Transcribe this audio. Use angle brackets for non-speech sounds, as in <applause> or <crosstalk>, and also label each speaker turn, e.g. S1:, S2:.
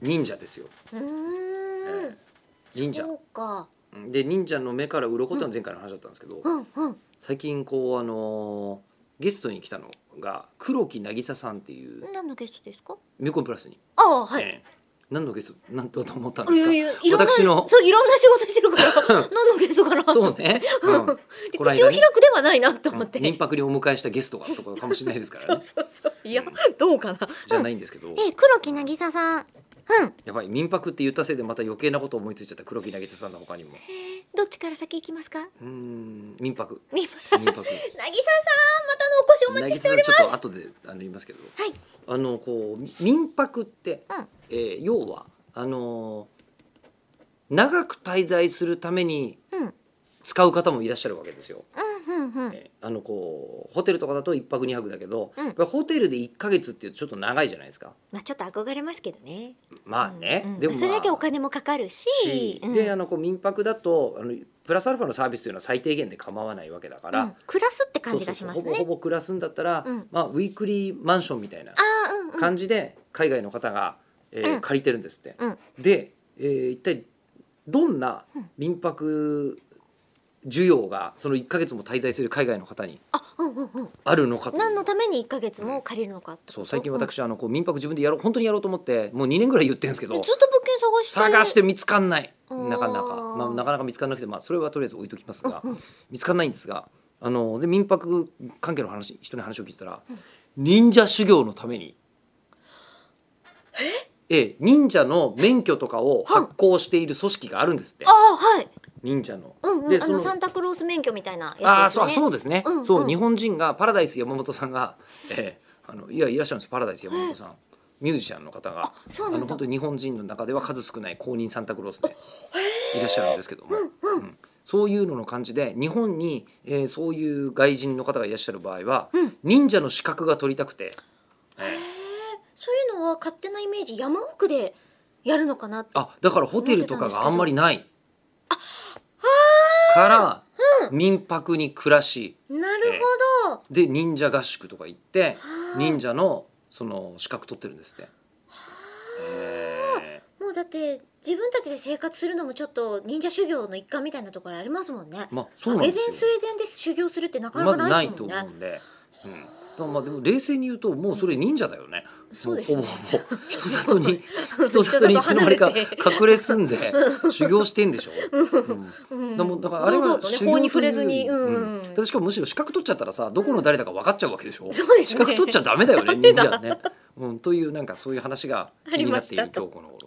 S1: 忍者ですよ、
S2: うーん
S1: ええ忍者
S2: そうか
S1: うんで忍者の目から鱗ってのは前回の話だったんですけど、
S2: うんうん
S1: 最近こうあのーゲストに来たのが黒木渚さんっていう
S2: 何のゲストですか
S1: ミュコンプラスに、
S2: ああはい、
S1: ええ何のゲストなんだと思ったんで
S2: い
S1: す
S2: や
S1: か
S2: いやいろんな
S1: 私の
S2: そういろんな仕事して
S1: <laughs>
S2: るから何のゲストかな
S1: そう
S2: <laughs>
S1: ね、うん
S2: うんで
S1: この間ね
S2: 口を開くではないなと思って、
S1: うん民泊にお迎えしたゲストがとかかもしれないですから
S2: そう
S1: ね
S2: そうそういや
S1: うん
S2: どうかな
S1: じゃないんですけど、
S2: え黒木渚さんうん
S1: やばい民泊って言ったせいでまた余計なこと思いついちゃった黒木渚さんの他にも
S2: どっちから先行きますか
S1: うーん民泊
S2: み渚さん
S1: 民泊
S2: またのお越しお待ちしており
S1: ちょっと後であの言いますけど、
S2: はい
S1: あのこうみ民泊って、
S2: うん
S1: えー要はあのー長く滞在するために
S2: うん
S1: 使う方もいらっしゃるわけですよ。
S2: うんうんうん
S1: えーあのこうホテルとかだと一泊二泊だけど、
S2: うん
S1: やっぱりホテルで一ヶ月っていうとちょっと長いじゃないですか。
S2: まあちょっと憧れますけどね
S1: まあね、
S2: うんうん
S1: でも、まあ、
S2: それだけお金もかかるし
S1: し
S2: うん
S1: であのこう民泊だとあのプラスアルファのサービスというのは最低限で構わないわけだから、
S2: うん暮らすって感じがします
S1: そうそうそうほぼ
S2: ね
S1: ほぼ暮らすんだったら、
S2: うん
S1: まあ、ウィークリーマンションみたいな
S2: ああうんうん
S1: 感じで海外の方が、えー
S2: うん
S1: 借りてるんですって。
S2: うん
S1: で、えー一体どんな民泊需要がその1か月も滞在する海外の方に
S2: あうんうんうん
S1: あるのかという
S2: 何のために一ヶ月も借りるのかってこと
S1: そう最近
S2: うん
S1: 私あのこう民泊自分でやろう本当にやろうと思ってもう2年ぐらい言ってるんですけ
S2: え
S1: ど
S2: ずっと物件探して
S1: 探して見つかんない
S2: あー
S1: なかなか、まあ、なかなか見つからなくて、まあ、それはとりあえず置いときますが、
S2: うんうん
S1: 見つからないんですがあので民泊関係の話人に話を聞いてたら、忍者修行のためにええ忍者の免許とかを発行している組織があるんですって
S2: ああはい
S1: 忍者の。
S2: うんうん
S1: で
S2: あ
S1: そ
S2: の
S1: の
S2: サンタクロース免許みたいな
S1: あ
S2: や
S1: あ
S2: つ
S1: そうあ
S2: です
S1: そ
S2: よ
S1: う
S2: ね
S1: ですね、
S2: うんうん
S1: そう日本人がパラダイス山本さんが、ええあのいやいらっしゃるんですパラダイス山本さんミュージシャンの方が
S2: そう
S1: あ
S2: な
S1: の
S2: んだ
S1: 本当に日本人の中では数少ない公認サンタクロースでいらっしゃるんですけども、うんそういうのの感じで日本に、えーそういう外人の方がいらっしゃる場合は、
S2: うん
S1: 忍者の資格が取りたくて、えー
S2: そういうのは勝手なイメージ山奥でやるのかなって
S1: あだからホテルとかがあんまりないから、民泊に暮らし
S2: なるほど、
S1: で忍者合宿とか行って
S2: はあ
S1: 忍者のその資格取ってるんですって。えー
S2: もうだって自分たちで生活するのもちょっと忍者修行の一環みたいなところありますもんね。
S1: まあそうなんですよ
S2: エゼンスエゼンで修行するってなかな
S1: まず
S2: か
S1: な
S2: ない
S1: い
S2: です
S1: と
S2: もん
S1: 思
S2: ね。
S1: うんで、うん、だからまあでも冷静に言うともうそれ忍者だよね、
S2: そうですね
S1: もほぼほぼ
S2: <laughs>
S1: 人里に人
S2: 人
S1: 里にいつの間にか
S2: 離れ
S1: <laughs>
S2: て
S1: 隠れ住んで修行してんでしょ、うん
S2: うん
S1: だもんだからあれは
S2: 堂々とね
S1: 修行
S2: 法に触れずに
S1: というより
S2: うんうん
S1: だってしかもむしろ資格取っちゃったらさどこの誰だか分かっちゃうわけでしょ、
S2: そうですね
S1: 資格取っちゃダメだよね忍者はね、うん、というなんかそういう話が気になってい
S2: あ
S1: る今
S2: りまし
S1: 日
S2: たと
S1: この頃